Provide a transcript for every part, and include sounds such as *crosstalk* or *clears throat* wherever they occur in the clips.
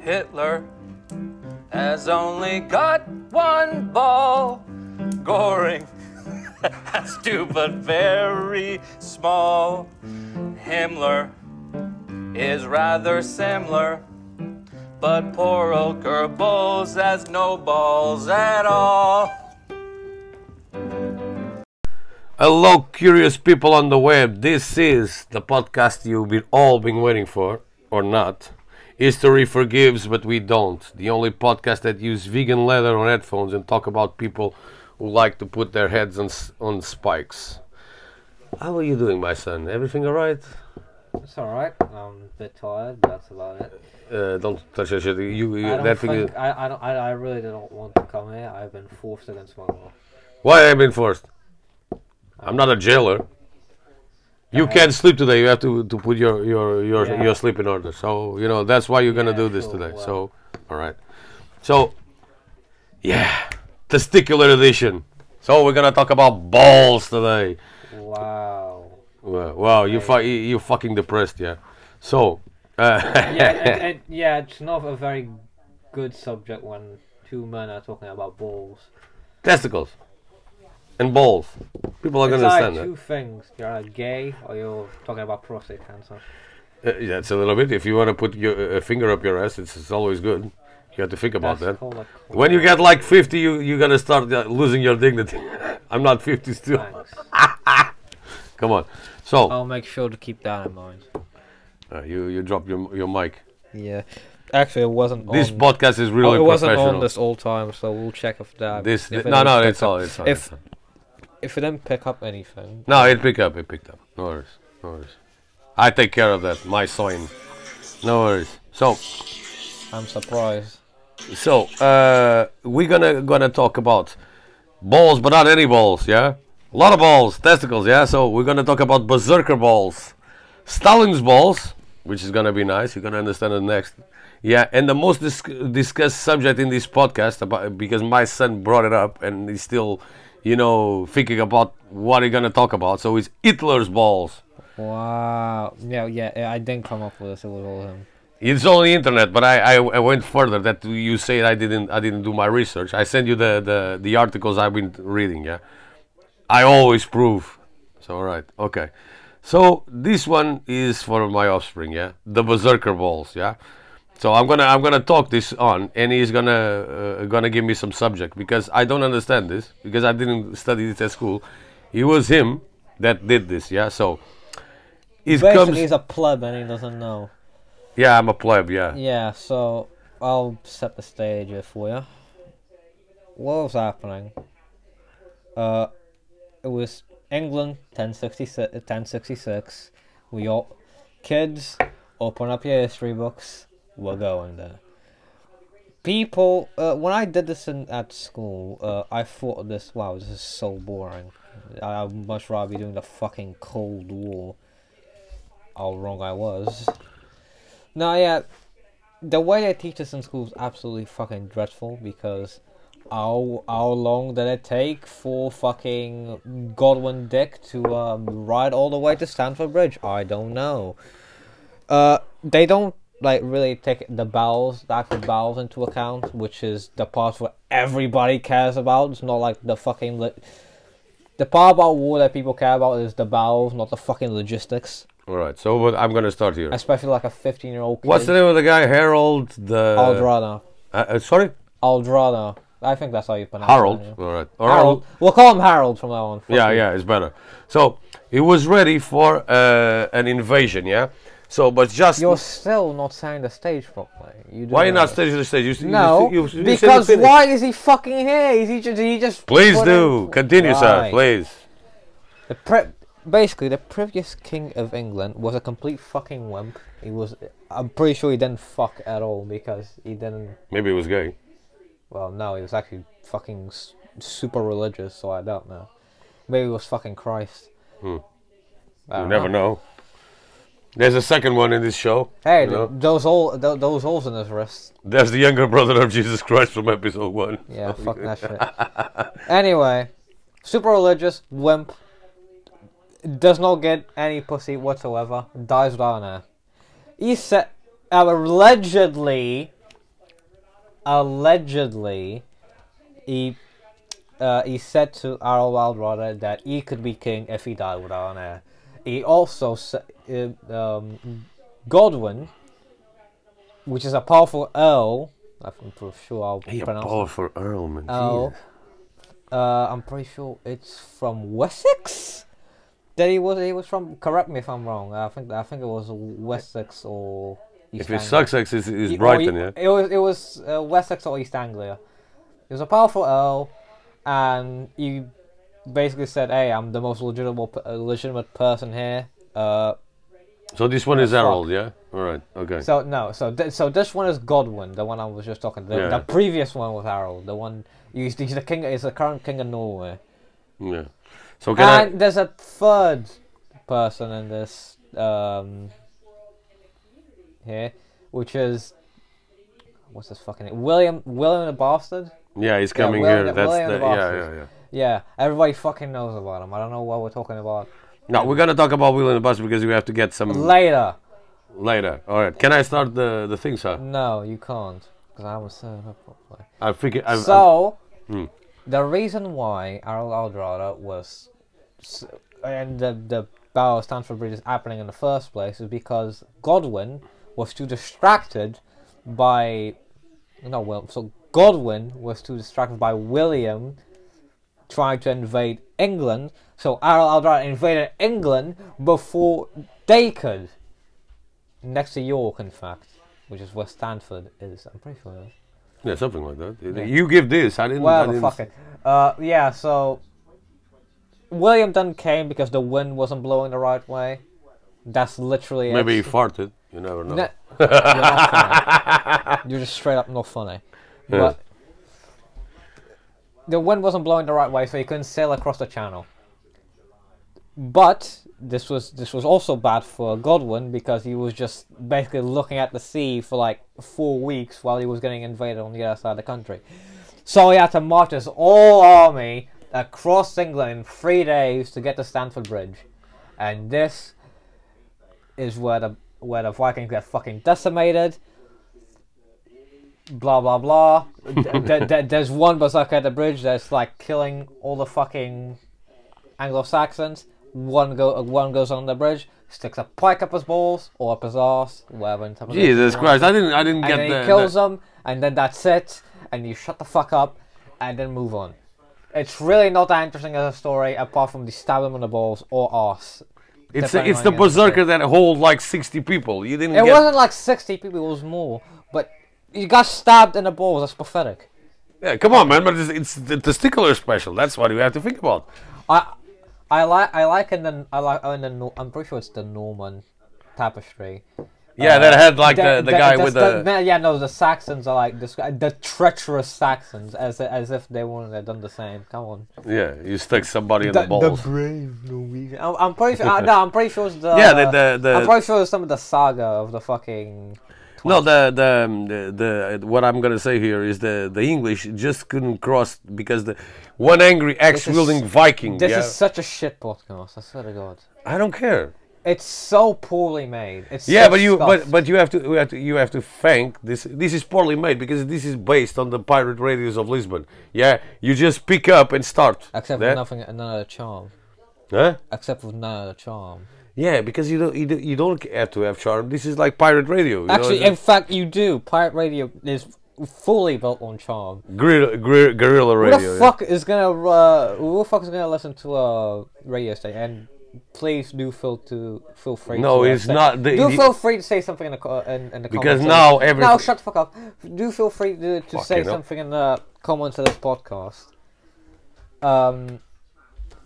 Hitler has only got one ball. *laughs* Goring has two, but very small. Himmler is rather similar, but poor old Goebbels has no balls at all. Hello, curious people on the web. This is the podcast you've been all been waiting for, or not. History forgives, but we don't. The only podcast that use vegan leather on headphones and talk about people who like to put their heads on s- on spikes. How are you doing, my son? Everything all right? It's alright. I'm a bit tired, but that's about it. Uh, don't touch that shit. You, you I don't that thing. think is- I, I, don't, I, I really don't want to come here. I've been forced against my will. Why am I being forced? I'm not a jailer. You can't sleep today. You have to, to put your your your, Uh-huh. Yeah. your sleep in order. So you know that's why you're gonna Yeah, do this sure, today. well. So all right. So yeah, testicular edition. So we're gonna talk about balls today. Wow. Wow, wow you fu- you you fucking depressed, yeah. So uh, Yeah, it, it, yeah, it's not a very good subject when two men are talking about balls. *laughs* testicles and balls. People are gonna It's like understand two that. things. You're either gay or you're talking about prostate cancer. Uh, yeah, it's a little bit. If you want to put your a finger up your ass, it's, it's always good. You have to think about That's that. called a cock When you get like 50, you you gotta start uh, losing your dignity. *laughs* I'm not 50 still. Thanks. Come on. So I'll make sure to keep that in mind. uh, you you drop your your mic. Yeah. Actually, it wasn't This on... podcast is really Oh. it wasn't professional. on this all time, so we'll check if that. This- if it no does no pick it's all it's all. if- it's all. If it didn't pick up anything, No, it picked up. It picked up. No worries. No worries. I take care of that. My sign. No worries. So I'm surprised. so uh, we're gonna gonna talk about balls, but not any balls. Yeah, a lot of balls, testicles. Yeah, so we're gonna talk about berserker balls, Stalin's balls, which is gonna be nice. You're gonna understand it next. Yeah, and the most dis- discussed subject in this podcast about because my son brought it up and he's still, you know, thinking about what he's gonna talk about. So it's Hitler's balls. Wow. No, yeah, I didn't come up with this. It was all him. It's only internet, but I, I, I went further. That you say I didn't I didn't do my research. I sent you the, the, the articles I've been reading. Yeah, I always prove. So all right, okay. So this one is for my offspring. Yeah, the berserker balls. Yeah. So I'm gonna I'm gonna talk this on, and he's gonna uh, gonna give me some subject because I don't understand this because I didn't study this at school. It was him that did this. Yeah. So it Basically, comes. he's a pleb and he doesn't know. Yeah, I'm a pleb. Yeah. Yeah, so I'll set the stage here for you. What was happening? Uh, it was England, 1066. 1066. We all, kids, open up your history books. We're going there. People, uh, when I did this in, at school, uh, I thought this. Wow, this is so boring. I, I'd much rather be doing the fucking Cold War. How wrong I was. No, yeah, the way they teach us in school is absolutely fucking dreadful because how how long did it take for fucking Godwin Dick to um, ride all the way to Stanford Bridge? I don't know. Uh, they don't like really take the bowels, the actual bowels into account, which is the part where everybody cares about. It's not like the fucking lo- the part about war that people care about is the bowels, not the fucking logistics. All right, so what I'm gonna start here. Especially like a fifteen-year-old. What's the name of the guy? Harold the. Aldrana. Uh, uh, sorry, Aldrano. I think that's how you pronounce Harold. it. yeah. All right, Harold. We'll call him Harold from now on. Fuck Yeah, you. yeah, it's better. So he was ready for uh, an invasion. Yeah. So, but just You're still not saying the stage properly. You do why you know not this. stage the stage? You, s- you No, s- you s- you said you because finished. why is he fucking here? Is he just? Is he just Please put do in- continue, sir. Right. Please. The pre- basically, the previous king of England was a complete fucking wimp. He was. I'm pretty sure he didn't fuck at all because he didn't. Maybe he was gay. Well, no, he was actually fucking s- super religious, so I don't know. Maybe it was fucking Christ. I You don't never know. There's a second one in this show. Hey, you know? th- those all th- those holes in his wrist. There's the younger brother of Jesus Christ from episode one. *laughs* Yeah, fuck that shit. Anyway, super religious wimp. does not get any pussy whatsoever, dies without an eye. He said, allegedly, allegedly, he uh, he said to Arrow Wild Rider that he could be king if he died without an heir. He also said, uh, um, Godwin, which is a powerful earl, I'm pretty sure I'll Hey, a pronounce powerful earl, man. it. Earl. Jesus. Oh, Uh, I'm pretty sure it's from Wessex. That he was, he was from. Correct me if I'm wrong. I think, I think it was Wessex or. East If it Anglia. sucks, it's, it's it's Ye- or Brighton, ye- yeah. It was it was uh, Wessex or East Anglia. He was a powerful earl, and he basically said, "Hey, I'm the most legitimate p- uh, legitimate person here." Uh, So this one is fuck. Harold, yeah. All right, okay. so no, so th- so this one is Godwin, the one I was just talking. The, Yeah. the previous one was Harold, the one he's, he's the king. He's the current king of Norway. yeah. So can and there's a third person in this um, here, which is what's his fucking name? William William the Bastard. I? Yeah, he's coming William- here. That's William the, the yeah, Bastard. yeah, yeah. Yeah, everybody fucking knows about him. I don't know what we're talking about Now we're gonna talk about Will and the Bus because we have to get some later. later. All right. Can I start the the thing, sir? No, you can't because I haven't set it up properly. I freaking. I, so Hmm. the reason why Aral Aldrada was s- and the the Battle of Stanford Bridge is happening in the first place is because Godwin was too distracted by no well so Godwin was too distracted by William trying to invade England, so Aral Aldrada invaded England before they could. Next to York, in fact, which is where Stanford is. I'm pretty sure. It is. I'm- yeah, something like that. You give this. I didn't. I Well, didn't- fuck it. Uh, yeah, so William Dunn came because the wind wasn't blowing the right way. That's literally Maybe he it. farted. You never know. *laughs* No- you're, not funny. You're just straight up not funny. Yeah. But the wind wasn't blowing the right way, so he couldn't sail across the channel. But this was this was also bad for Godwin because he was just basically looking at the sea for like four weeks while he was getting invaded on the other side of the country. So he had to march his whole army across England in three days to get to Stamford Bridge, and this is where the where the Vikings get fucking decimated. Blah blah blah. Th- *laughs* th- th- there's one berserker at the bridge that's like killing all the fucking Anglo Saxons. One go uh, one goes on the bridge, sticks a pike up his balls or up his ass, whatever. in terms of- Jesus Christ! I didn't. I didn't and get then the. he kills the- them, and then that's it, and you shut the fuck up, and then move on. It's really not that interesting as a story, apart from the stab him in the balls or ass. it's depending it's on the your understanding. berserker that hold like sixty people. You didn't. It get, wasn't like 60 people, it was more, but you got stabbed in the balls, that's pathetic. Yeah, come on, man. But it's, it's the testicular special. That's what we have to think about. I I like I like in the I like oh, in the Nor- I'm pretty sure it's the Norman tapestry. Yeah, that had like the, That- the that- guy that's with the. no, yeah no the Saxons are like descri- the treacherous Saxons as as if they wouldn't have done the same. Come on. yeah, you stuck somebody in the, balls. brave Norwegian. I'm, I'm pretty sure. uh, no, I'm pretty sure it's the. Yeah, the- the- the- I'm pretty sure it's some of the saga of the fucking. no, the the, um, the the what I'm gonna say here is the the English just couldn't cross because the one angry axe wielding Viking. This yeah, is such a shit podcast. I swear to God, I don't care. it's so poorly made. It's Yeah, so but you but scuffed. but you have to you have to you have to thank this. This is poorly made because this is based on the pirate radius of Lisbon. Yeah, you just pick up and start. except Yeah? for nothing, none of the charm. Huh? Except for none of the charm. Yeah, because you don't you don't, you don't have to have charm. This is like pirate radio. you know, Actually, it's- in fact, you do. Pirate Radio is fully built on charm. Guerrilla, guerrilla, guerrilla Who radio. the yeah. fuck is gonna uh, who the fuck is gonna listen to a radio station? And please do feel to feel free. No, to, uh, it's say- not the- do the- feel free to say something in the co- in, in the Because comments. now every- no, shut the fuck up. Do feel free to, to say Fucking hell. something in the comments of this podcast. Um,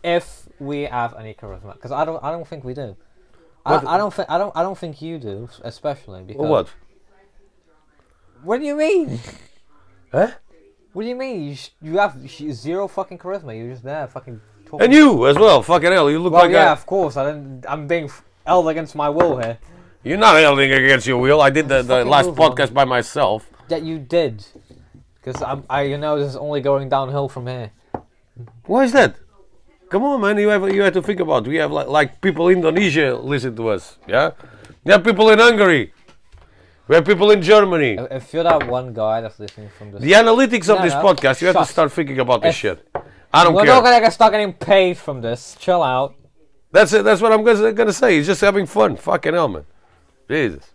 if we have any charisma, because I don't, I don't think we do. I, What- I don't think I don't I don't think you do especially because What? What do you mean? Huh? What do you mean? You, sh- you have sh- zero fucking charisma. You're just there, fucking. Talking. And you as well. Fucking hell, you look Well, like yeah, a, of course. I didn't, I'm being f- held against my will here. you're not holding against your will. I did the, the Fucking last move on. podcast by myself. That you did, because I, you know, this is only going downhill from here. Why is that? Come on, man. You have you have to think about. We have like, like people in Indonesia listen to us. Yeah, we have people in Hungary. We have people in Germany. If- If you're that one guy that's listening from this, The analytics of No, this no. podcast, you have to Shut. start thinking about this If- shit. I don't we're care. not gonna get stuck getting paid from this. Chill out. That's it. That's what I'm gonna, gonna say. He's just having fun. Fucking hell, man. Jesus.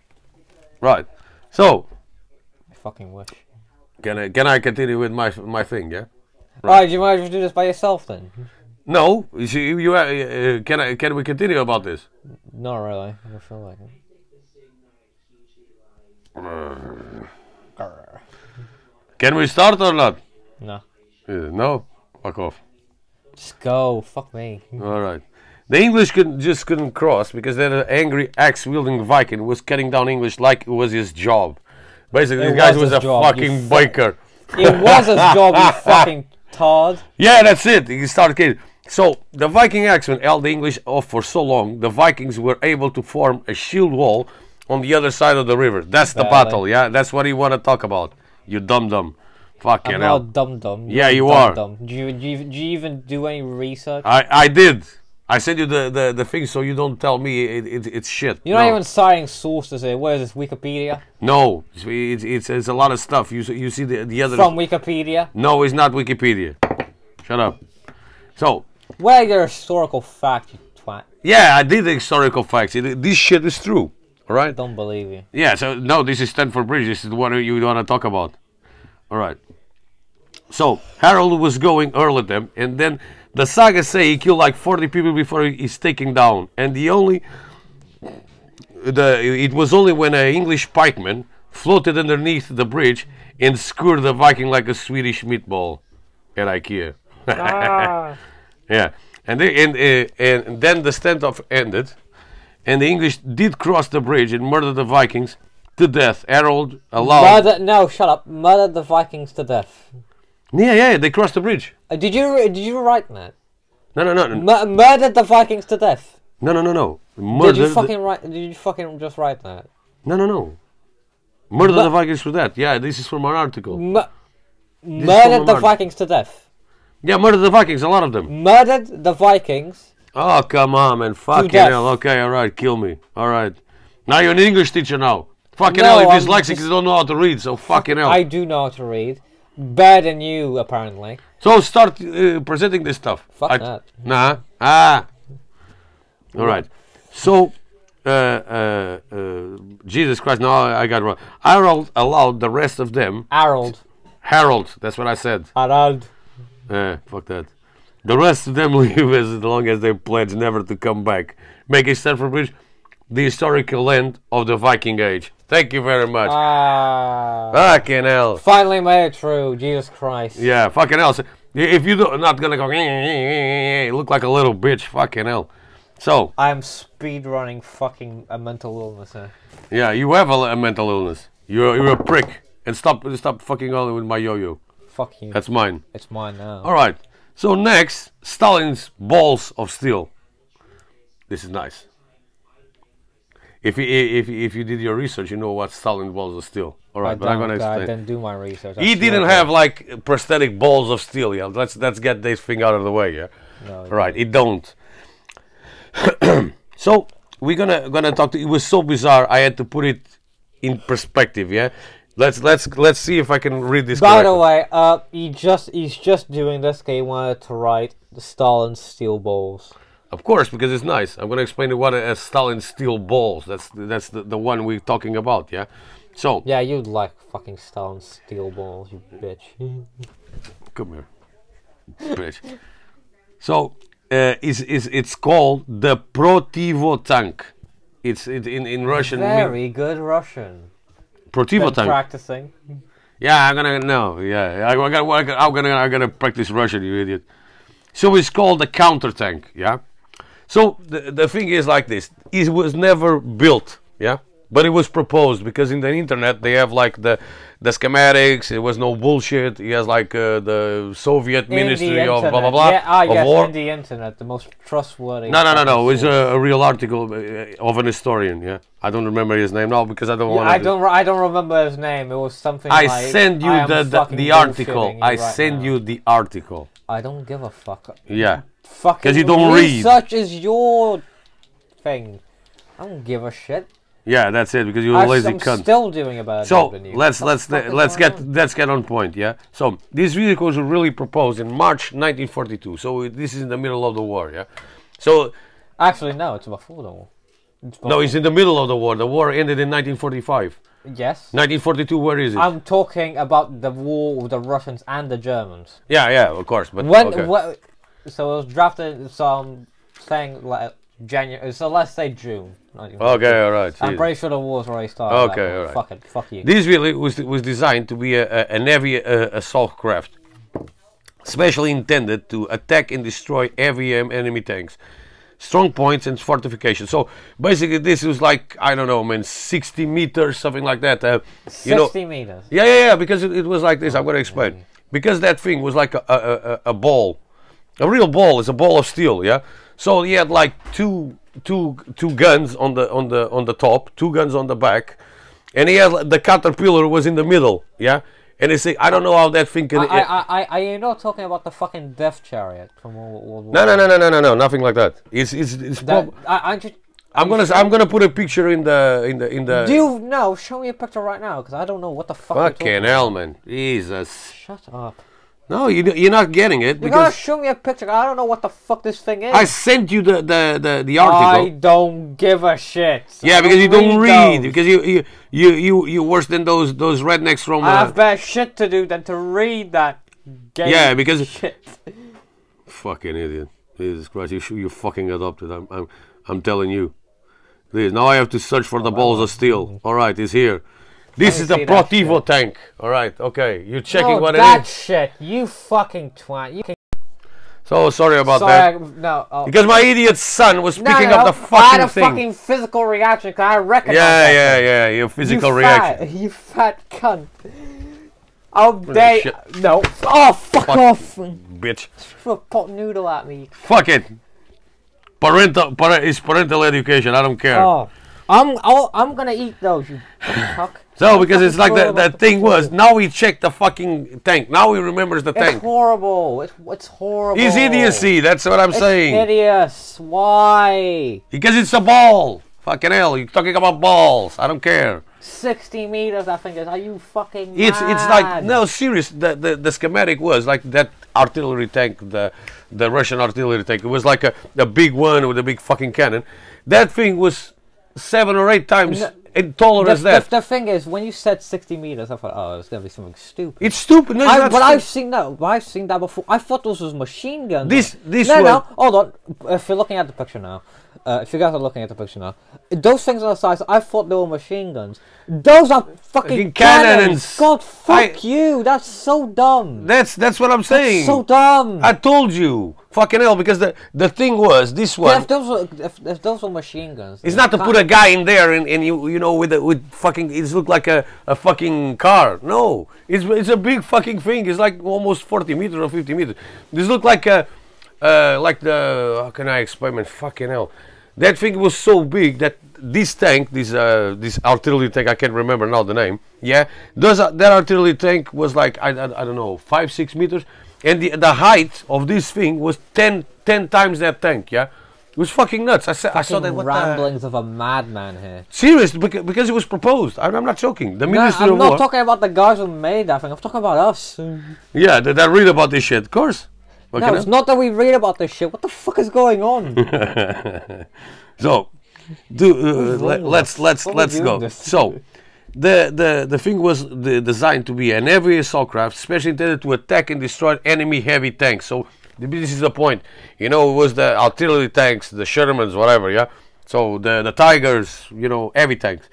Right. So I fucking wish. can I can I continue with my my thing? Yeah. Alright, do you might as well do this by yourself then. No. You see, you, you, uh, can I can we continue about this? Not really. I don't feel like it. Grr. Can we start or not? No. Uh, no. Fuck off. Just go. Fuck me. All right. The English could, just couldn't cross because that uh, angry axe-wielding Viking was cutting down English like it was his job. Basically, It the guy was was his a job, you fucking fuck- biker. *laughs* It was his job, you fucking Todd. Yeah, that's it. He started killing. So the Viking axemen held the English off for so long, the Vikings were able to form a shield wall on the other side of the river. That's the Barely. battle, yeah? That's what you want to talk about. You dumb dumb. Fucking I'm hell. not dumb dumb. Yeah, you are. dumb Dumb. Do, you, Uh, do, you, do you even do any research? I, I did. I sent you the, the, the thing so you don't tell me it, it, it's shit. You're not No. even citing sources here. Where is this? Wikipedia? No, it's, it's, it's, it's a lot of stuff. You, s- you see the, the other. From Wikipedia? no, it's not Wikipedia. Shut up. So, Where your historical fact, you twat? yeah, I did the historical facts. It, this shit is true. All right? Don't believe you. Yeah, so no, this is Stanford Bridge. This is what you want to talk about. All right. So Harold was going early them, and then the saga say he killed like 40 people before he- he's taken down. And the only, the it was only when an English pikeman floated underneath the bridge and skewered the Viking like a Swedish meatball at IKEA. *laughs* Yeah, and they, and, uh, and then the standoff ended, and the English did cross the bridge and murder the Vikings to death. Harold allowed. Murder, no, shut up. Murder the Vikings to death. Yeah, yeah, they crossed the bridge. Uh, Did you did you write that? No, no, no, no, Mur- murdered the Vikings to death. no, no, no, no. Did Murder. you Oh, the- fucking write? Did you fucking just write that? No, no, no. Murder Mur- the Vikings to death. Yeah, this is from an article. Mu- someone murdered the murdered. Vikings to death. Yeah, murder the Vikings. A lot of them. Murdered the Vikings. Oh come on, man! Fucking death. hell. Okay, all right, kill me. All right. Now you're an English teacher now. Fucking No, hell, you're I'm dyslexic. just- You don't know how to read, so fucking hell. I do know how to read. Better than you, apparently. So start uh, presenting this stuff. Fuck I- that. Nah. Ah. All right. So, uh, uh, uh, Jesus Christ! No, I I got wrong. Harold allowed the rest of them. Harold. Harold. That's what I said. Harold. Eh, fuck that. The rest of them *laughs* leave as long as they pledge never to come back, making Stamford Bridge the historical land of the Viking Age. Thank you very much. Uh, Ah. Fucking hell. Finally made it through. Jesus Christ. Yeah, fucking hell. So, i- If you do not gonna go, look like a little bitch. Fucking hell. So I'm speed running fucking a mental illness here. yeah, you have a, a mental illness. You're you're a prick. And stop stop fucking on with my yo-yo. Fuck you. That's mine. it's mine now. All right. So next, Stalin's balls of steel. This is nice. If you if you- if you did your research, you know what Stalin's balls of steel. All I right, but I'm gonna don't- I explain. didn't do my research. I He swear didn't to have like prosthetic balls of steel. Yeah, let's let's get this thing out of the way. Yeah, No, he right. It don't. *clears throat* so we're gonna gonna talk. To, it was so bizarre. I had to put it in perspective. Yeah, let's let's let's see if I can read this. By the correctly. way, uh, he just he's just doing this because he wanted to write the Stalin steel balls. Of course, because it's nice. I'm gonna explain to what a, a Stalin steel balls. That's that's the, the one we're talking about. Yeah. So Yeah, you'd like fucking Stalin steel balls, you bitch. come here, bitch. So uh, is is it's called the Protivo tank. It's it, in in Russian. mean- Very good Russian. Protivo Been tank. practicing. Yeah, I'm gonna no. Yeah, I, I gotta, I gotta, I'm gonna I'm gonna practice Russian, you idiot. So it's called the counter tank. Yeah. So the, the thing is like this: it was never built, yeah, but it was proposed because in the internet they have like the the schematics. It was no bullshit. He has like uh, the Soviet in Ministry the of blah blah internet. blah Yeah, ah, of yes, war. in the internet, the most trustworthy. No, no, no, no. fucking It's a, source. a real article uh, of an historian. Yeah, I don't remember his name now because I don't want. I don't. re- I don't remember his name. It was something. I like, send you I am the, the, fucking the article. bullshitting you I right send now." you the article. I don't give a fuck. Yeah. Fucking 'Cause you don't read. Research is your thing. I don't give a shit. Yeah, that's it. Because you're a I, lazy am cunt. still doing a better So job than you. let's let's the fuck is let's going get let's get on point, yeah. So these vehicles were really proposed in March 1942. So this is in the middle of the war, yeah. So Actually, no, it's before the war. It's no, it's in the middle of the war. The war ended in 1945. before- yes. 1942, where is it? I'm talking about the war with the Russians and the Germans. yeah, yeah, of course. But When, okay. wha- so it was drafted. So I'm saying like January. So let's say June. 1942. okay, all right. I'm Jesus. pretty sure the war's already started. Oh, Okay, like, alright. Fuck it. Fuck you. This really was, was designed to be a, a, an heavy uh, assault craft, specially intended to attack and destroy heavy em- enemy tanks, strong points, and fortifications. So basically, this was like I don't know, man, 60 meters, something like that. Uh, you know, Sixty meters. yeah, yeah, yeah. Because it, it was like Oh, this. I'm gonna explain. Because that thing was like a, a, a- a, a ball, a real ball. It's a ball of steel. Yeah. So he had like two two two guns on the on the on the top, two guns on the back, and he had like- the caterpillar was in the middle. Yeah. And they say I don't know how that thing can. I, I, I, I, you're not talking about the fucking death chariot from World World War. no, no, no, no, no, no, no, nothing like that. It's it's it's. That, prob- I, I just, I'm gonna s- I'm gonna put a picture in the in the in the. do you know? Show me a picture right now, because I don't know what the fuck. you're talking fucking hell, man, Jesus! Shut up. No, you you're not getting it You gotta because show me a picture. I don't know what the fuck this thing is. I sent you the the the, the article. I don't give a shit. Yeah, I because you don't read. those. Because you you you you you worse than those those rednecks from. I have Uh, better shit to do than to read that. Gay Yeah, because- shit. *laughs* fucking idiot! Jesus Christ! You sh- you fucking adopted. I'm I'm I'm telling you. This now I have to search for the balls of steel. All right, it's here. This me is the see that Oh, Protivo tank. All right, okay. You're checking No, what it that is. shit. You fucking twat. You can. So sorry about Sorry, I, that. no. Oh. Because my idiot son was No, picking no, up the I fucking had a thing. fucking physical reaction. 'cause I recognize yeah, *laughs* that yeah, yeah. Your You physical reaction. Fat, you fat cunt. How dare shit. no? Oh fuck, off! Threw Bitch. a pot noodle at me. Fuck it. Parental. Para, it's parental education. I don't care. Oh, I'm I'll, I'm gonna eat those. You *sighs* fuck. So because it's like that, Fucking that horrible. thing was. Now he checked the fucking tank. Now he remembers the It's tank. horrible. It's it's horrible. It's idiocy. That's what I'm It's saying. hideous. Why? Because it's a ball. Fucking hell, you're talking about balls. I don't care. Sixty meters. I think is. Are you fucking? It's it's like mad? no serious. The, the the schematic was like that artillery tank, the the Russian artillery tank. It was like a, a big one with a big fucking cannon. That thing was seven or eight times No. taller The, as that. the, the thing is, when you said sixty meters, I thought, oh, it's gonna be something stupid. it's stupid. No, it's I, not but stu- I've seen that. But I've seen that before. I thought this was machine gun. This- this No, no. one- Hold on. If you're looking at the picture now, uh, if you guys are looking at the picture now, those things on the sides, I thought they were machine guns. Those are fucking Fucking cannons. cannons. God, fuck I- you. That's so dumb. that's that's what I'm saying. So dumb. I told you, fucking hell, because the, the thing was this But one. if those were if, if those were machine guns, It's not to put a guy in there and, and you you know with a, with fucking it's look like a, a fucking car. No, it's it's a big fucking thing. It's like almost forty meters or fifty meters. This look like a uh, like the how can I explain? Man, fucking hell, that thing was so big that this tank, this uh this artillery tank, I can't remember now the name. Yeah, those are- that artillery tank was like I, I, I don't know five six meters, and the the height of this thing was 10, 10 times that tank. Yeah. It was fucking nuts. I, said, I saw that. fucking What the- ramblings of a madman here. Serious, beca- because it was proposed. I'm, I'm not joking. The No, Minister I'm of not War. talking about the guys who made that thing. I'm talking about us. yeah, that, that read about this shit. Of course. What No, can I- it's not that we read about this shit. What the fuck is going on? So, do, uh, let, wrong let's let's Why are we let's doing go. this? So, the the the thing was the, designed to be an heavy assault craft, specially intended to attack and destroy enemy heavy tanks. So th- this is the point. You know, it was the artillery tanks, the Shermans, whatever. Yeah. So the the Tigers, you know, heavy tanks.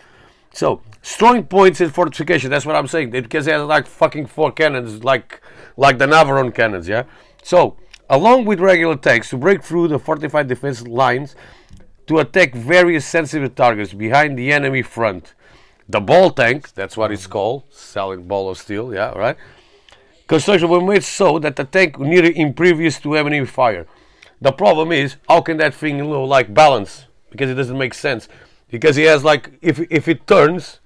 So strong points in fortification. That's what I'm saying. They- Because they had like fucking four cannons, like like the Navarone cannons. Yeah. So along with regular tanks to break through the fortified defense lines to attack various sensitive targets behind the enemy front. The ball tank, that's what it's called, selling ball of steel, yeah, right? Construction was made so that the tank nearly impervious to enemy fire. The problem is, how can that thing, you know, like balance? Because it doesn't make sense. Because he has like, if if it turns,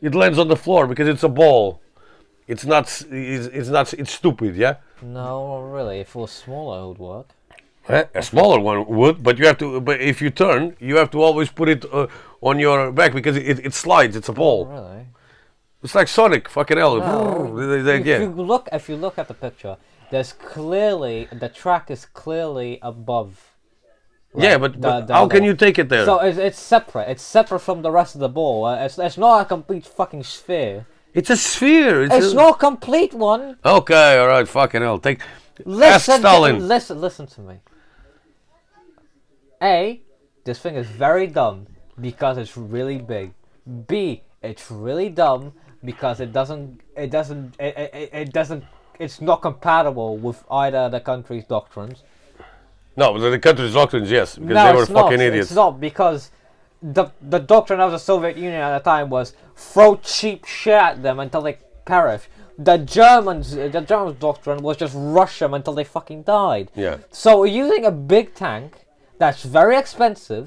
it lands on the floor because it's a ball. It's not, s- it's, it's not, it's stupid, yeah. No, really. If it was smaller, it would work. Eh, A smaller one would, but you have to. But if you turn, you have to always put it uh, on your back because it, it slides. It's a pole. Really? It's like Sonic. Fucking hell. They- they- if yeah. you look, if you look at the picture, there's clearly the track is clearly above. yeah, but, but the- how the- can you take it there? So it's, it's separate. It's separate from the rest of the ball. Uh, It's, it's not a complete fucking sphere. it's a sphere. It's, It's a- not a complete one. Okay, all right. Fucking hell. Take. Listen, Ask Stalin. To, listen, listen to me. A, this thing is very dumb because it's really big. B, it's really dumb because it doesn't, it doesn't, it, it- it, it doesn't, it's not compatible with either of the country's doctrines. no, the, the country's doctrines, yes, because No, they were it's not. fucking idiots. It's not because the the doctrine of the Soviet Union at the time was throw cheap shit at them until they perish. The Germans, the Germans' doctrine was just rush them until they fucking died. Yeah. So we're using a big tank that's very expensive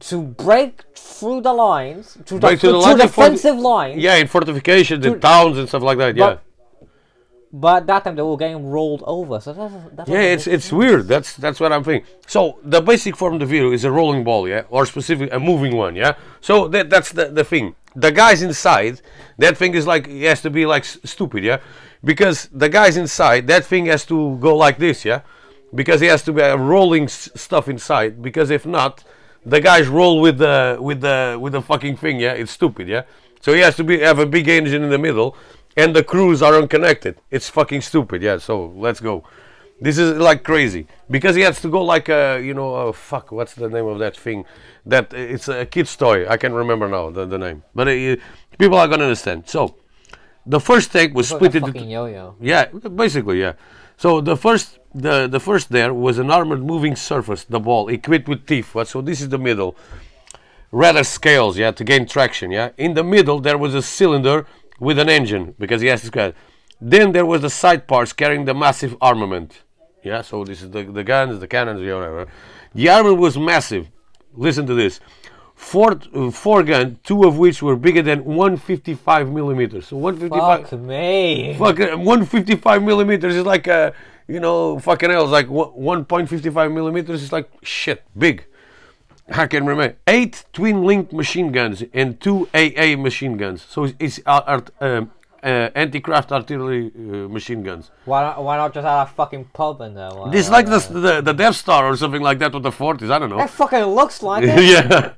to break through the lines to Back the, to, line in forti- defensive lines. Yeah, in fortifications, in towns and stuff like that. Yeah. But- But at that time they were getting rolled over. So that's, that's Yeah, it's it's weird. That's that's what I'm thinking. So the basic form of view is a rolling ball, yeah, or specific a moving one, yeah. So that that's the, the thing. The guys inside, that thing is like it has to be like s- stupid, yeah, because the guys inside, that thing has to go like this, yeah, because it has to be a rolling s- stuff inside. Because if not, the guys roll with the with the with the fucking thing, yeah. It's stupid, yeah. So he has to be have a big engine in the middle, and the crews are unconnected. It's fucking stupid, yeah. So let's go. This is like crazy because he has to go like a you know uh fuck what's the name of that thing that uh, it's a kid's toy I can't remember now the, the name but uh people are gonna understand so the first tank was like split a into fucking yo-yo. yeah basically yeah so the first the the first there was an armored moving surface the ball equipped with teeth what so this is the middle rather scales, yeah, to gain traction, yeah. In the middle there was a cylinder with an engine because he has to carry. Then there was the side parts carrying the massive armament, yeah. So this is the, the guns, the cannons, yeah, whatever. The armament was massive. Listen to this: four uh, four gun, two of which were bigger than 155 millimeters. So 155. Fuck me. Fuck, uh, 155 millimeters is like a, you know, fucking hell, it's like one- 1.55 millimeters is like shit, big. I can remember. Eight twin linked machine guns and two AA machine guns. So it's, it's uh, art, um, uh, anti craft artillery uh, machine guns. Why not, why not just have a fucking pub in there? Why- It's like the, the, the Death Star or something like that with the 40s, I don't know. That fucking *laughs* looks like it. yeah.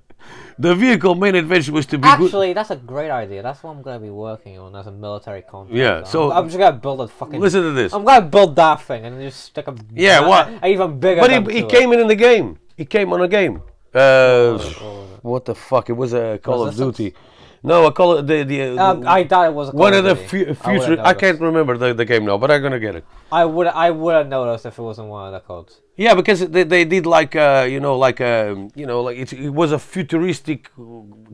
The vehicle main advantage was to be good. Actually, that's a great idea. That's what I'm gonna be working on as a military contractor. Yeah, so- I'm, I'm just gonna build a fucking. Listen to this. I'm gonna build that thing and just stick a Yeah, a- what- a even bigger. But dump he, he to it. came in in the game. He came on a game. Oh, Uh, what the fuck? It was a Call Was of this a- Duty. No, a Call of the the. uh, Um, I doubt it was a Call one of of the Duty. fu- I would've future. I, noticed. can't remember the, the game now, but I'm gonna get it. I would. I would have noticed if it wasn't one of the codes. Yeah, because they, they did like uh, you know like um, you know like it, it was a futuristic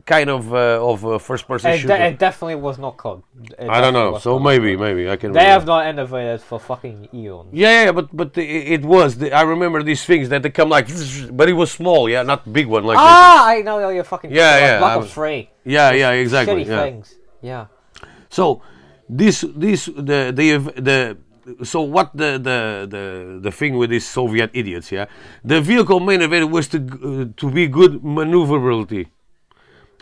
kind of uh, of uh, first person It, shooter. de- it definitely was not code. It I don't definitely know. was So not maybe COD. maybe I can. they remember. have not innovated for fucking eons. Yeah, yeah, yeah, but but i- it was. The, I remember these things that they come like, *laughs* but it was small. Yeah, not big one like this. Ah, I know you're fucking. Yeah, like yeah, I Black Ops was- Three. Yeah, yeah, exactly. Shitty yeah. things. Yeah. So this this the the ev- the so what the the the, the thing with these Soviet idiots, yeah? The vehicle main event was to g- uh, to be good maneuverability.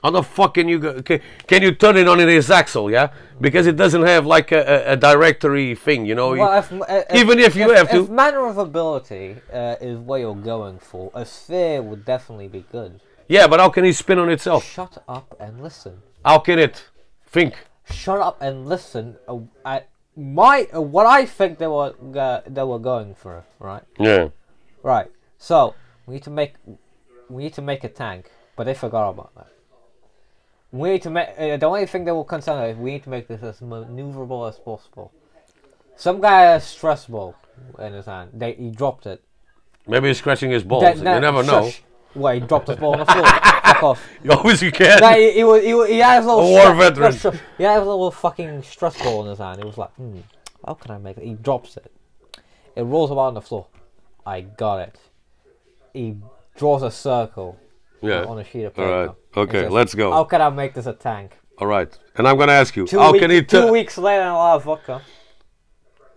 How the fuck can you go, can, can you turn it on its axle, yeah? Because it doesn't have like a, a, a directory thing, you know. Well, if, if, even if you have to- if manner of ability uh, is what you're going for, a sphere would definitely be good. yeah, but how can it spin on itself? Shut up and listen. How can it think? Shut up and listen. Uh, I, my uh, what I think they were go- they were going for, right? Yeah. Right. So we need to make we need to make a tank, but they forgot about that. We need to make uh, the only thing they were concerned with. We need to make this as maneuverable as possible. Some guy has stress ball in his hand. They, he dropped it. Maybe he's scratching his balls. That- you that- never know. *laughs* shush. Well, he dropped his ball on the floor. Fuck off. You always you can. Like, he, he, was, he, was, he had his little A war stra- veteran. stra- he had his little fucking stress ball in his hand. It was like, hmm, how can I make it? He drops it. It rolls about on the floor. I got it. He draws a circle yeah. on a sheet of All paper. right. He Okay, says, let's go. How can I make this a tank? All right. And I'm gonna ask you, Two, how week- can it two turn? weeks later, and I'll have vodka.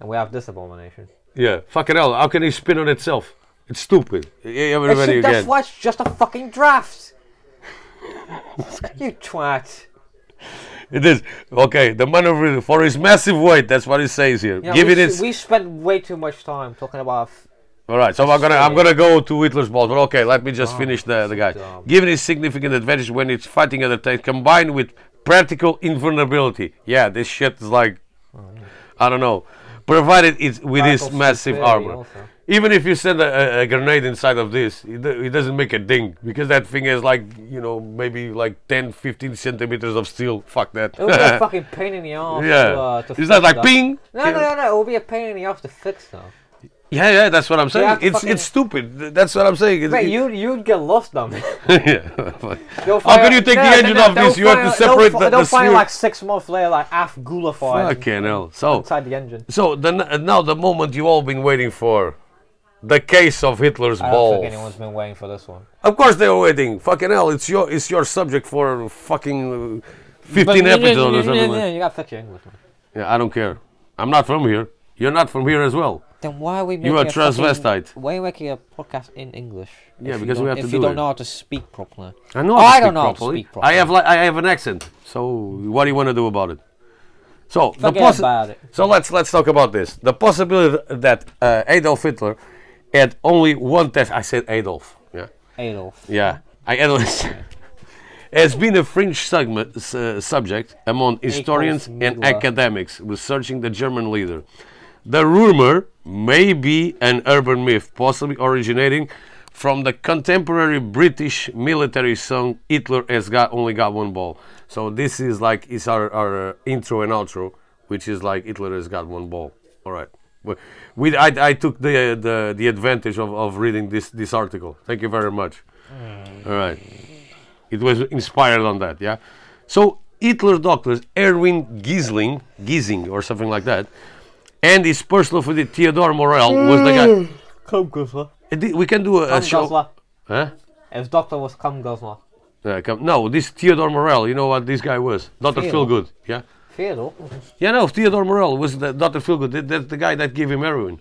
And we have this abomination. Yeah, fucking hell, how can it spin on itself? It's stupid. E- Everywhere It's- you that's get. why it's just a *laughs* fucking draft. you twat. It is okay. The maneuver for his massive weight. That's what it says here. Yeah, Give we, it s- its. we spent way too much time talking about. f- All right, so I'm gonna I'm gonna go to Hitler's ball, but okay, let me Oh, just finish the, the guy. dumb. Given his significant advantage when it's fighting other tanks, combined with practical invulnerability, yeah, this shit is like, I don't know, provided it's with this Battle massive superiority armor. also. Even if you send a, a, a grenade inside of this, it, do- it doesn't make a ding because that thing has like you know maybe like 10, 15 centimeters of steel. Fuck that. It would be *laughs* a fucking pain in the ass. yeah, To, uh, to it's not fix like that. ping. No, no, no, no. It would be a pain in the ass to fix though. Yeah, yeah, that's what I'm saying. have to It's fucking- it's stupid. Th- That's what I'm saying. It's- Mate, it- you you'd get lost on me. *laughs* yeah. They'll How fire- can you take the engine off they'll this? You have fire- to separate the- they'll, fi- They'll the find sphere. like six months later, like half gulified Fucking hell. So, inside the engine. so the, n- now the moment you've all been waiting for. The case of Hitler's I don't think ball. anyone's been waiting for this one. Of course they were waiting. Fucking hell, it's your it's your subject for fucking uh, 15 episodes or something. like- You gotta fix your English, man. Yeah, I don't care. I'm not from here. You're not from here as well. Then why are we? Making You are a fucking- transvestite. Why are we making a podcast in English? Yeah, if you because we don't- have to If do you it. don't know how to speak properly, Oh, I know. I how to speak don't know how to properly. speak properly. I have like I have an accent. So what do you want to do about it? So the Forget about it. So let's let's talk about this. The possibility that uh, Adolf Hitler had only one test. I said Adolf. Yeah. Adolf. Yeah. I Adolf *laughs* has been a fringe segment, s- uh, subject among historians and Midler. academics researching the German leader. The rumor may be an urban myth, possibly originating from the contemporary British military song "Hitler has got only got one ball." So this is like it's our, our uh, intro and outro, which is like Hitler has got one ball. All right. We- We, I, I took the, uh, the, the advantage of, of reading this, this article. Thank you very much. All right. It was inspired on that, yeah. So Hitler doctors Erwin Giesling, Giesing or something like that, and his personal for the Theodore Morel was the guy. Come, Gosler. Uh, di- We can do a, a Come, show. Gosler. Huh? If doctor was come, Gosler. Uh, come, no, this Theodore Morel. You know what this guy was? Doctor Theodore. Feelgood, yeah. Theodore. Yeah, no, Theodore Morel was the Dr. Feelgood. That, that's the guy that gave him heroin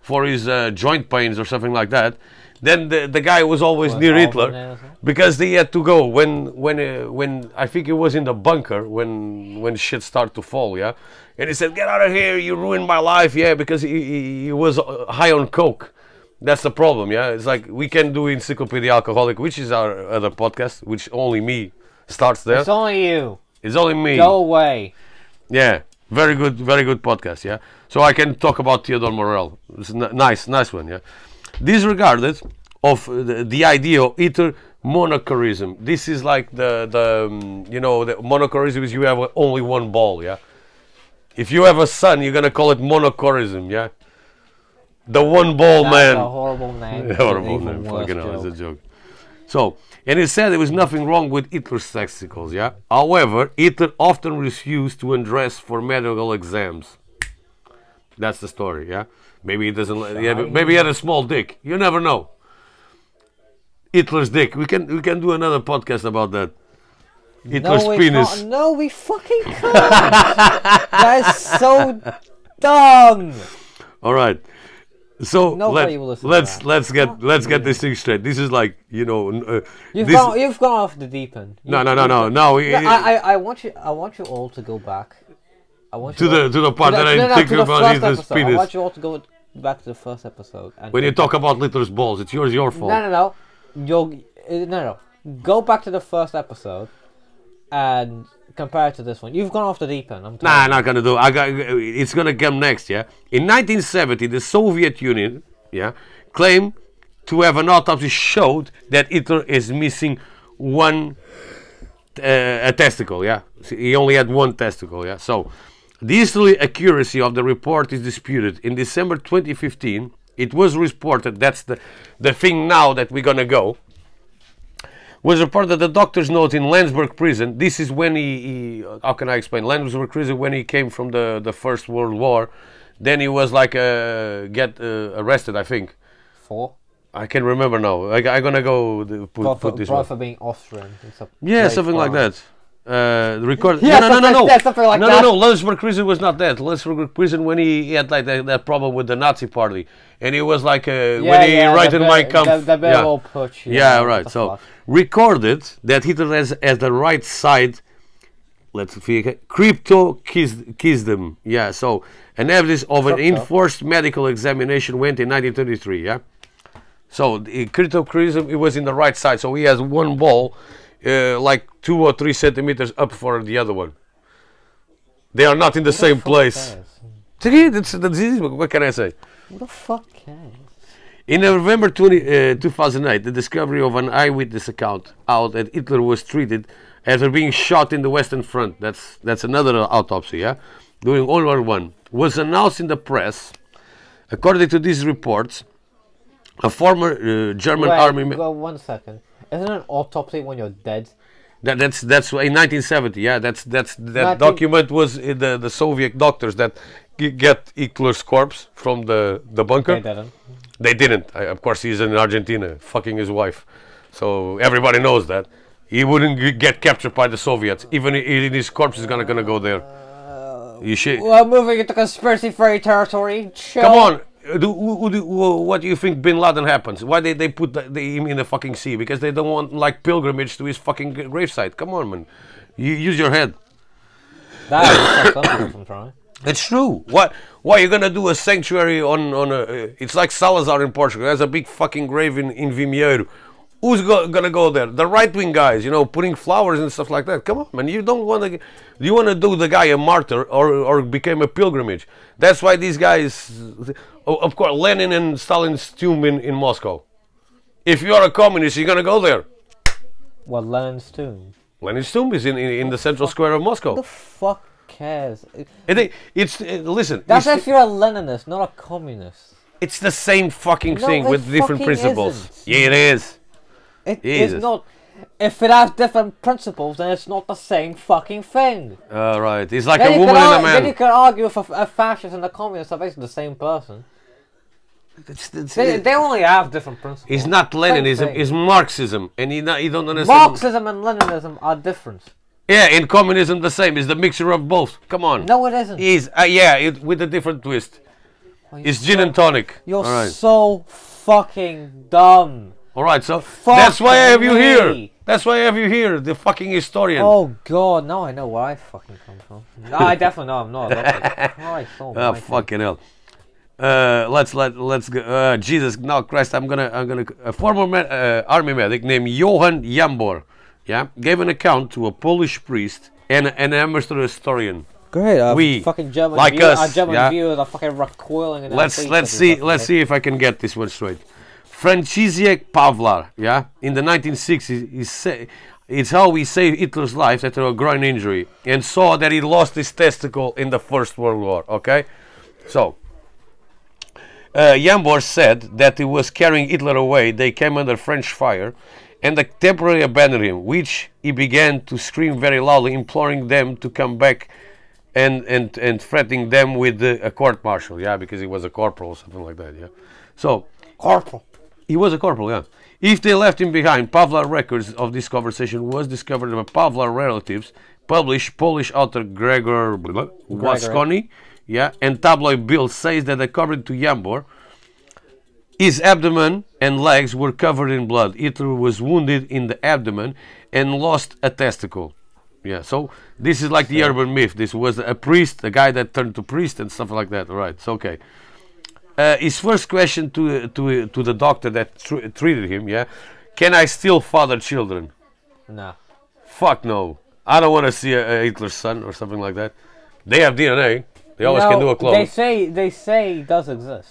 for his uh, joint pains or something like that. Then the, the guy was always Well, near Alvin there Hitler as well. because they had to go when when uh, when I think he was in the bunker when when shit started to fall, yeah. And he said, "Get out of here! You ruined my life!" Yeah, because he, he, he was uh, high on coke. That's the problem, yeah. It's like we can do Encyclopedia Alcoholic, which is our other podcast, which only me starts there. It's only you. It's only me. Go away. Yeah, very good, very good podcast. Yeah, so I can talk about Theodore Morel. It's n- nice, nice one. Yeah, disregarded of uh, the, the idea of ether monochorism. This is like the the um, you know the monochorism is you have only one ball. Yeah, if you have a son, you're gonna call it monochorism. Yeah, the one ball That's man. a horrible name. Yeah, *laughs* horrible Even name. worse Fucking hell, it's a joke. joke. So, and he said there was nothing wrong with Hitler's testicles, yeah? However, Hitler often refused to undress for medical exams. That's the story, yeah? Maybe he doesn't, li- yeah, but maybe he had a small dick. You never know. Hitler's dick. We can we can do another podcast about that. Hitler's no, we penis. Can't. No, *laughs* we fucking can't. that is so dumb. All right. So Nobody let, will listen to let's that. let's get let's get this thing straight. This is like you know n- uh, You've this, gone. You've gone off the deep end. no You- no no you- no no. No, it- I, I, I want you. I want you all to go back. I want to you the all- to the part to that the- no, I'm no, thinking to the about first Hitler's episode. I penis. want you all to go back to the first episode. And When you talk about Hitler's balls, it's yours, your fault. no, no, no, you'll uh, no, no. Go back to the first episode and compare it to this one. You've gone off the deep end. I'm Nah, tired. not gonna do. I got. It's gonna come next. Yeah. In 1970, the Soviet Union, yeah, claimed to have an autopsy showed that Hitler is missing one uh, a testicle. Yeah, See, he only had one testicle. Yeah, so the history accuracy of the report is disputed. In December 2015, it was reported that's the the thing now that we're gonna go. was reported that the doctor's note in Landsberg prison. This is when he, he how can I explain Landsberg prison when he came from the the First World War. Then he was like uh, get uh, arrested, I think. Four. I can remember now. I, I'm gonna go the- put, Bro, for, put this bro one. for being Austrian. It's a Yeah, great something like crime. that. uh, record. Yes, no, no, no, that's- no, no. that's something like no, that. no, no. Lunsberg prison was not that. Lunsberg prison when he, he had like that, that problem with the Nazi party, and he was like uh, when he the right in ba- my camp. The, the barrel push. Yeah, what right. the So fuck. recorded that Hitler has as the right side. Let's figure crypto kiss, kiss them. Yeah. So an evidence of an Crypto. enforced medical examination went in 1933. Yeah. So the cryptocrism it was in the right side. So he has one ball, uh, like two or three centimeters up for the other one. They are not in the same place. Cares? It's the disease. What can I say? Who the fuck cares? In November 20, uh, 2008, the discovery of an eyewitness account out that Hitler was treated after being shot in the Western Front. That's that's another autopsy, yeah, during World War One was announced in the press. According to these reports, a former uh, German Wait, army ma- go one second. Isn't an autopsy when you're dead? that, that's that's in 1970, yeah, that's that's that Nineteen- document was uh, the the Soviet doctors that g- get Hitler's corpse from the the bunker. They didn't. They didn't. I, of course, he's in Argentina, fucking his wife. So everybody knows that. He wouldn't g- get captured by the Soviets. Even i- even his corpse is gonna gonna go there. You shit. Well, moving into conspiracy theory territory. Chill. Come on. Uh, Do, who, who do, who, what do you think Bin Laden happens? Why they they put the, the, him in the fucking sea? Because they don't want like pilgrimage to his fucking g- gravesite. Come on, man. You use your head. That is *coughs* something from trying. It's true. What? Why you gonna do a sanctuary on on a? uh, It's like Salazar in Portugal. There's a big fucking grave in in Vimieiro. Who's go, gonna go there? The right wing guys, you know, putting flowers and stuff like that. Come on, man. You don't want to. You want to do the guy a martyr or or became a pilgrimage. That's why these guys. oh, Of course, Lenin and Stalin's tomb in in Moscow. If you are a communist, you're gonna go there. Well, Lenin's tomb. Lenin's tomb is in in, in the central square of Moscow. Who the fuck cares? It- And they, it's uh, listen. That's it's- if you're a Leninist, not a communist. It's the same fucking No, thing it with different fucking principles. isn't. Yeah, it is. It is Jesus. not. If it has different principles, then it's not the same fucking thing. All right. It's like Then a you, woman can ar- and a then you man. can argue if a, a fascist and a communist are basically the same person. It's, it's, They, they only have different principles. it's not Leninism. thing. It's Marxism, and you, not, you don't understand. Marxism and Leninism are different. Yeah, and communism the same. It's the mixture of both. Come on. No, it isn't. Is uh, yeah, it, with a different twist. Oh, you- It's gin and tonic. You're All right. so fucking dumb. All right. So that's why I have you here. me. That's why I have you here, the fucking historian. Oh god, now I know where I fucking come from. No, I definitely know I'm not. a *laughs* Christ Ah, almighty. fucking hell. Uh, let's let let's go. Uh, Jesus, no, Christ, I'm gonna I'm gonna. A former me- uh, army medic named Johann Jambor, yeah, gave an account to a Polish priest and an amateur historian. Great, our We, fucking German like viewer- us, our German yeah. viewers are fucking recoiling. In their Let's seats let's as we see fucking let's hate. see if I can get this one straight. Franciszek Pawlar, yeah, in the 1960s, he sa- it's how he saved Hitler's life after a groin injury and saw that he lost his testicle in the First World War. Okay, so uh, Jambor said that he was carrying Hitler away. They came under French fire and they temporarily abandoned him, which he began to scream very loudly, imploring them to come back and, and, and threatening them with uh, a court martial. Yeah, because he was a corporal or something like that. Yeah. So Corporal. he was a corporal, yeah. If they left him behind, Pavlar records of this conversation was discovered by Pavlar relatives, published Polish author Gregor blah, blah, Waskoni, yeah, and tabloid Bill says that according to Jambor, his abdomen and legs were covered in blood. Hitler was wounded in the abdomen and lost a testicle. Yeah, so this is like the urban myth. This was a priest, a guy that turned to priest and stuff like that. All right, it's okay uh, his first question to to to the doctor that tr- treated him, yeah, can I still father children? Nah. Fuck no. I don't want to see a, a Hitler's son or something like that. They have DNA. They always can do a clone. They say they say he does exist.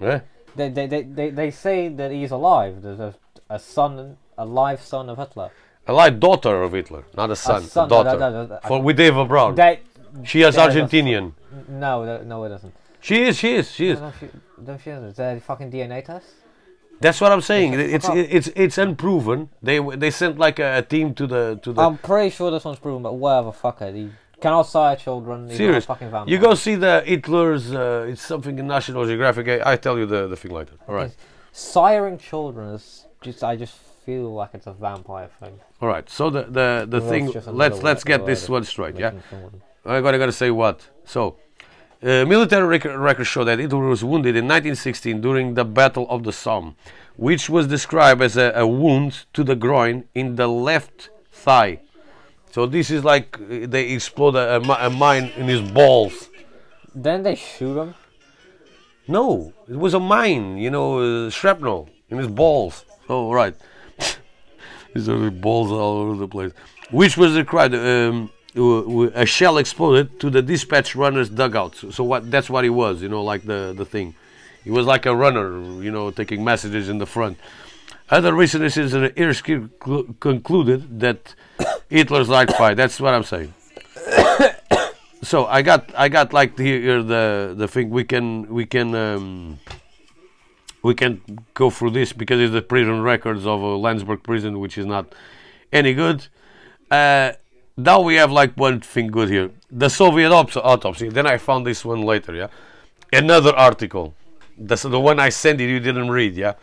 Eh? They they, they, they they say that he's alive. There's a, a son, a live son of Hitler. A light daughter of Hitler, not a son, a, son, no, no, daughter. no, no, I- For with Eva Brown, They, she is Yeah, that's- Argentinian. no, that- no, it doesn't. She is, she is, she is. Don't you, don't you, is that a fucking DNA test? That's what I'm saying. It's fuck up. it's it's unproven. They they sent like a, a team to the to the. I'm pretty sure this one's proven, but whatever, fuck it. He cannot sire children. He's Serious. Not a fucking vampire. You go see the Hitler's. Uh, it's something in National Geographic. I, I tell you the, the thing later. All right. Siring children is just, I just feel like it's a vampire thing. All right. So the the, the Well, thing. it's just another Let's way- let's get way this of one straight. Yeah. making someone- I gotta, gotta say what. So, uh, military rec- records show that it was wounded in 1916 during the Battle of the Somme, which was described as a, a wound to the groin in the left thigh. So this is like uh, they explode a, a, mi- a mine in his balls. Then they shoot him. No, it was a mine, you know, uh, shrapnel in his balls. Oh, right. *laughs* his little balls are all over the place. Which was the crowd? Um, w- w- a shell exploded to the dispatch runner's dugout. So, so what? That's what he was, you know, like the, the thing. He was like a runner, you know, taking messages in the front. Other researchers in Irsk cl- concluded that *coughs* Hitler's right fight. That's what I'm saying so I got I got like the here the the thing we can we can um, we can go through this because it's the prison records of uh, Landsberg prison which is not any good. Uh, now we have like one thing good here the Soviet aups- autopsy. Then I found this one later. Yeah, another article. That's the one I sent you. You didn't read. Yeah,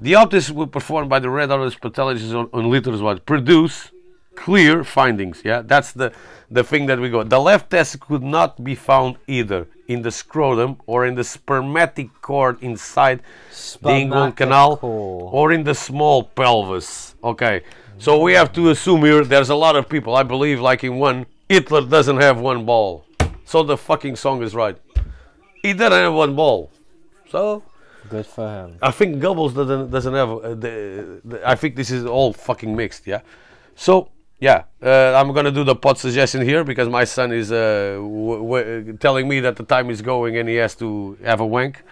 the autopsies were performed by the Red Arrow pathologists on, on liters what produce clear findings. Yeah, that's the the thing that we got. The left testicle could not be found either in the scrotum or in the spermatic cord inside the inguinal canal Spermatical. or in the small pelvis. Okay, so we have to assume here there's a lot of people. I believe, like in one, Hitler doesn't have one ball. So the fucking song is right. He doesn't have one ball. So Good for him. I think Goebbels doesn't doesn't have. Uh, the, the, I think this is all fucking mixed. Yeah. So yeah, uh, I'm gonna do the pot suggestion here because my son is uh, w- w- telling me that the time is going and he has to have a wank.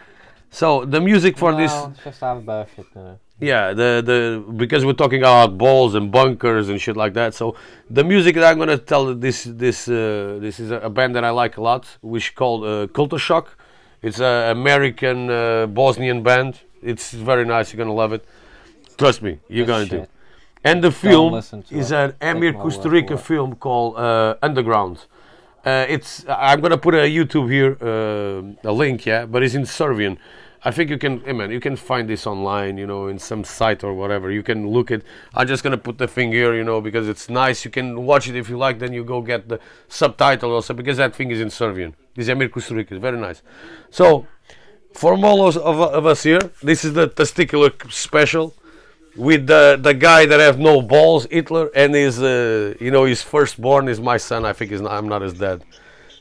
So the music for Well, this, it's just have bullshit now. yeah, the the because we're talking about balls and bunkers and shit like that. So the music that I'm gonna tell this this uh, this is a, a band that I like a lot, which called uh, Culture Shock. It's an American uh, Bosnian band. It's very nice. You're gonna love it. Trust me, you're Good going to. shit. And the film listen to is it. an Take Emir my word Costa Rica for it. film called uh, Underground. Uh, it's I'm gonna put a YouTube here uh, a link, yeah, but it's in Serbian. I think you can, hey man, you can find this online, you know, in some site or whatever. You can look it. I'm just gonna put the thing here, you know, because it's nice. You can watch it if you like. Then you go get the subtitle also because that thing is in Serbian. This Emir Costa Rica, very nice. So for all of, of, of us here, this is the testicular c- special with the, the guy that have no balls, Hitler, and his uh, you know his firstborn is my son. I think is not, I'm not his dad.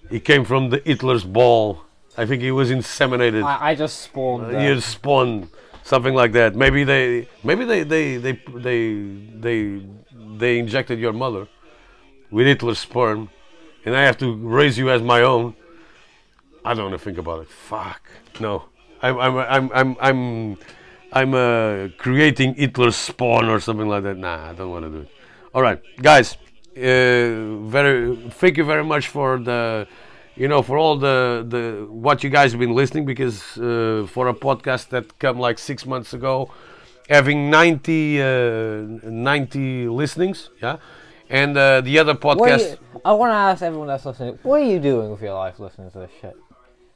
He came from the Hitler's ball. I think he was inseminated. I, I just spawned. He that. had spawned something like that. Maybe they maybe they they they they they, they injected your mother with Hitler's sperm, and I have to raise you as my own. I don't want to think about it. Fuck no. I'm I'm I'm I'm I'm, I'm uh, creating Hitler's spawn or something like that. Nah, I don't want to do it. All right, guys. Uh, very thank you very much for the you know for all the the what you guys have been listening because uh, for a podcast that come like six months ago having 90 uh, 90 listenings yeah and uh, the other What are podcast you, I want to ask everyone that's listening. What are you doing with your life listening to this shit?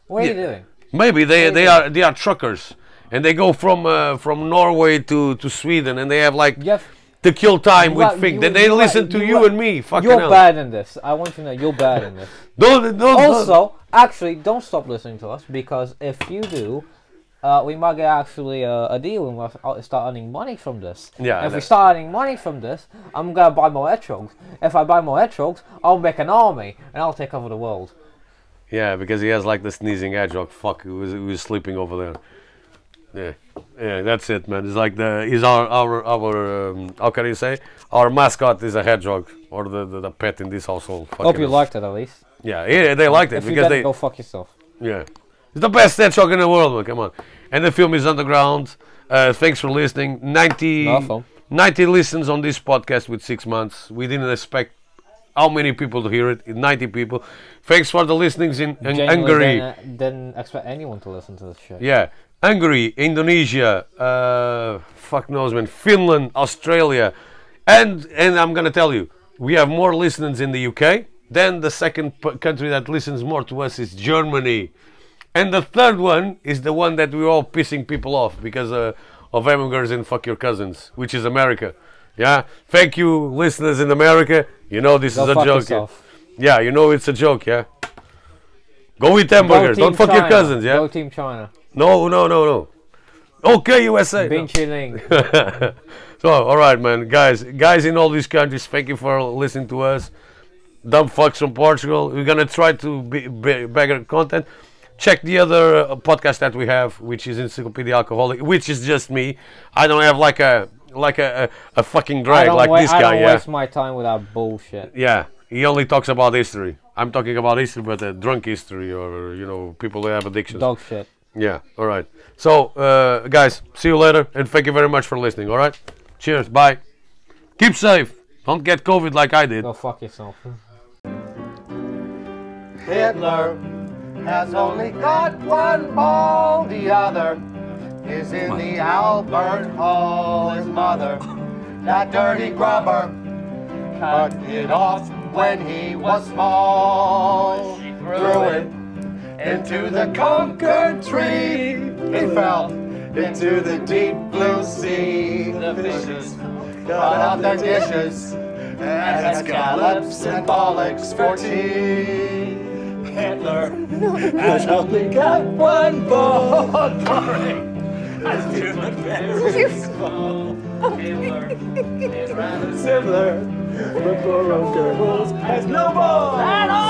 What are you Yeah. doing? Maybe they, they are they are truckers, and they go from uh, from Norway to, to Sweden, and they have like You have, to kill time you with are- things. you- Then they you are- listen to you are- and me. Fucking You're hell. bad in this. I want you to know you're bad in this. Don't, don't, don't- *laughs* *laughs* also, actually, don't stop listening to us because if you do, uh, we might get actually uh, a deal and we'll f- start earning money from this. Yeah, If we that- start earning money from this, I'm gonna buy more etrogs. If I buy more etrogs, I'll make an army and I'll take over the world. yeah, because he has like the sneezing hedgehog. Fuck, he was, he was sleeping over there. Yeah, yeah, that's it, man. It's like the is our our our um, how can you say our mascot is a hedgehog or the the, the pet in this household. Hope Fucking- you liked it at least. Yeah, yeah, they liked it If you because didn't, they go fuck yourself. Yeah. It's the best hedgehog in the world, man. Come on. And the film is underground. Uh, thanks for listening. 90, Awesome. 90 listens on this podcast with six months. We didn't expect how many people to hear it. 90 people. Thanks for the listenings in, in Genuinely Hungary. Didn't, uh, didn't expect anyone to listen to this shit. Yeah. Hungary, Indonesia, uh, fuck knows man, Finland, Australia, and and I'm gonna tell you, we have more listeners in the UK. Then the second p- country that listens more to us is Germany, and the third one is the one that we're all pissing people off because uh, of hamburgers and fuck your cousins, which is America. Yeah, thank you, listeners in America. You know this Go is a fuck joke. Yeah. yourself. Yeah, you know it's a joke. Yeah. Go eat Go hamburgers. Team Don't fuck your China. cousins. Yeah. Go Team *laughs* China. No, no, no, no. Okay, USA. Bin *laughs* Chi Ling. So, all right, man, guys, guys in all these countries, thank you for listening to us. Dumb fucks from Portugal. We're gonna try to be, be better content. Check the other uh, podcast that we have, which is Encyclopedia Alcoholic, which is just me. I don't have like a like a a, a fucking I drag don't, like wa- this I guy. don't Yeah, waste my time with that bullshit. *laughs* yeah. He only talks about history. I'm talking about history, but uh, drunk history or you know people who have addictions. Dog shit. Yeah. All right. So, uh, guys, see you later, and thank you very much for listening. All right. Cheers. Bye. Keep safe. Don't get COVID like I did. Go fuck yourself. Hitler has only got one ball. The other is in the Albert Hall. His mother, that dirty grubber, cut it off when he was small. She threw it into the conquered tree. He fell into the deep blue sea. The fishes cut out their dishes and had scallops and bollocks for tea. Hitler has only got one ball. Hitler is rather similar, but poor old Goebbels has no balls.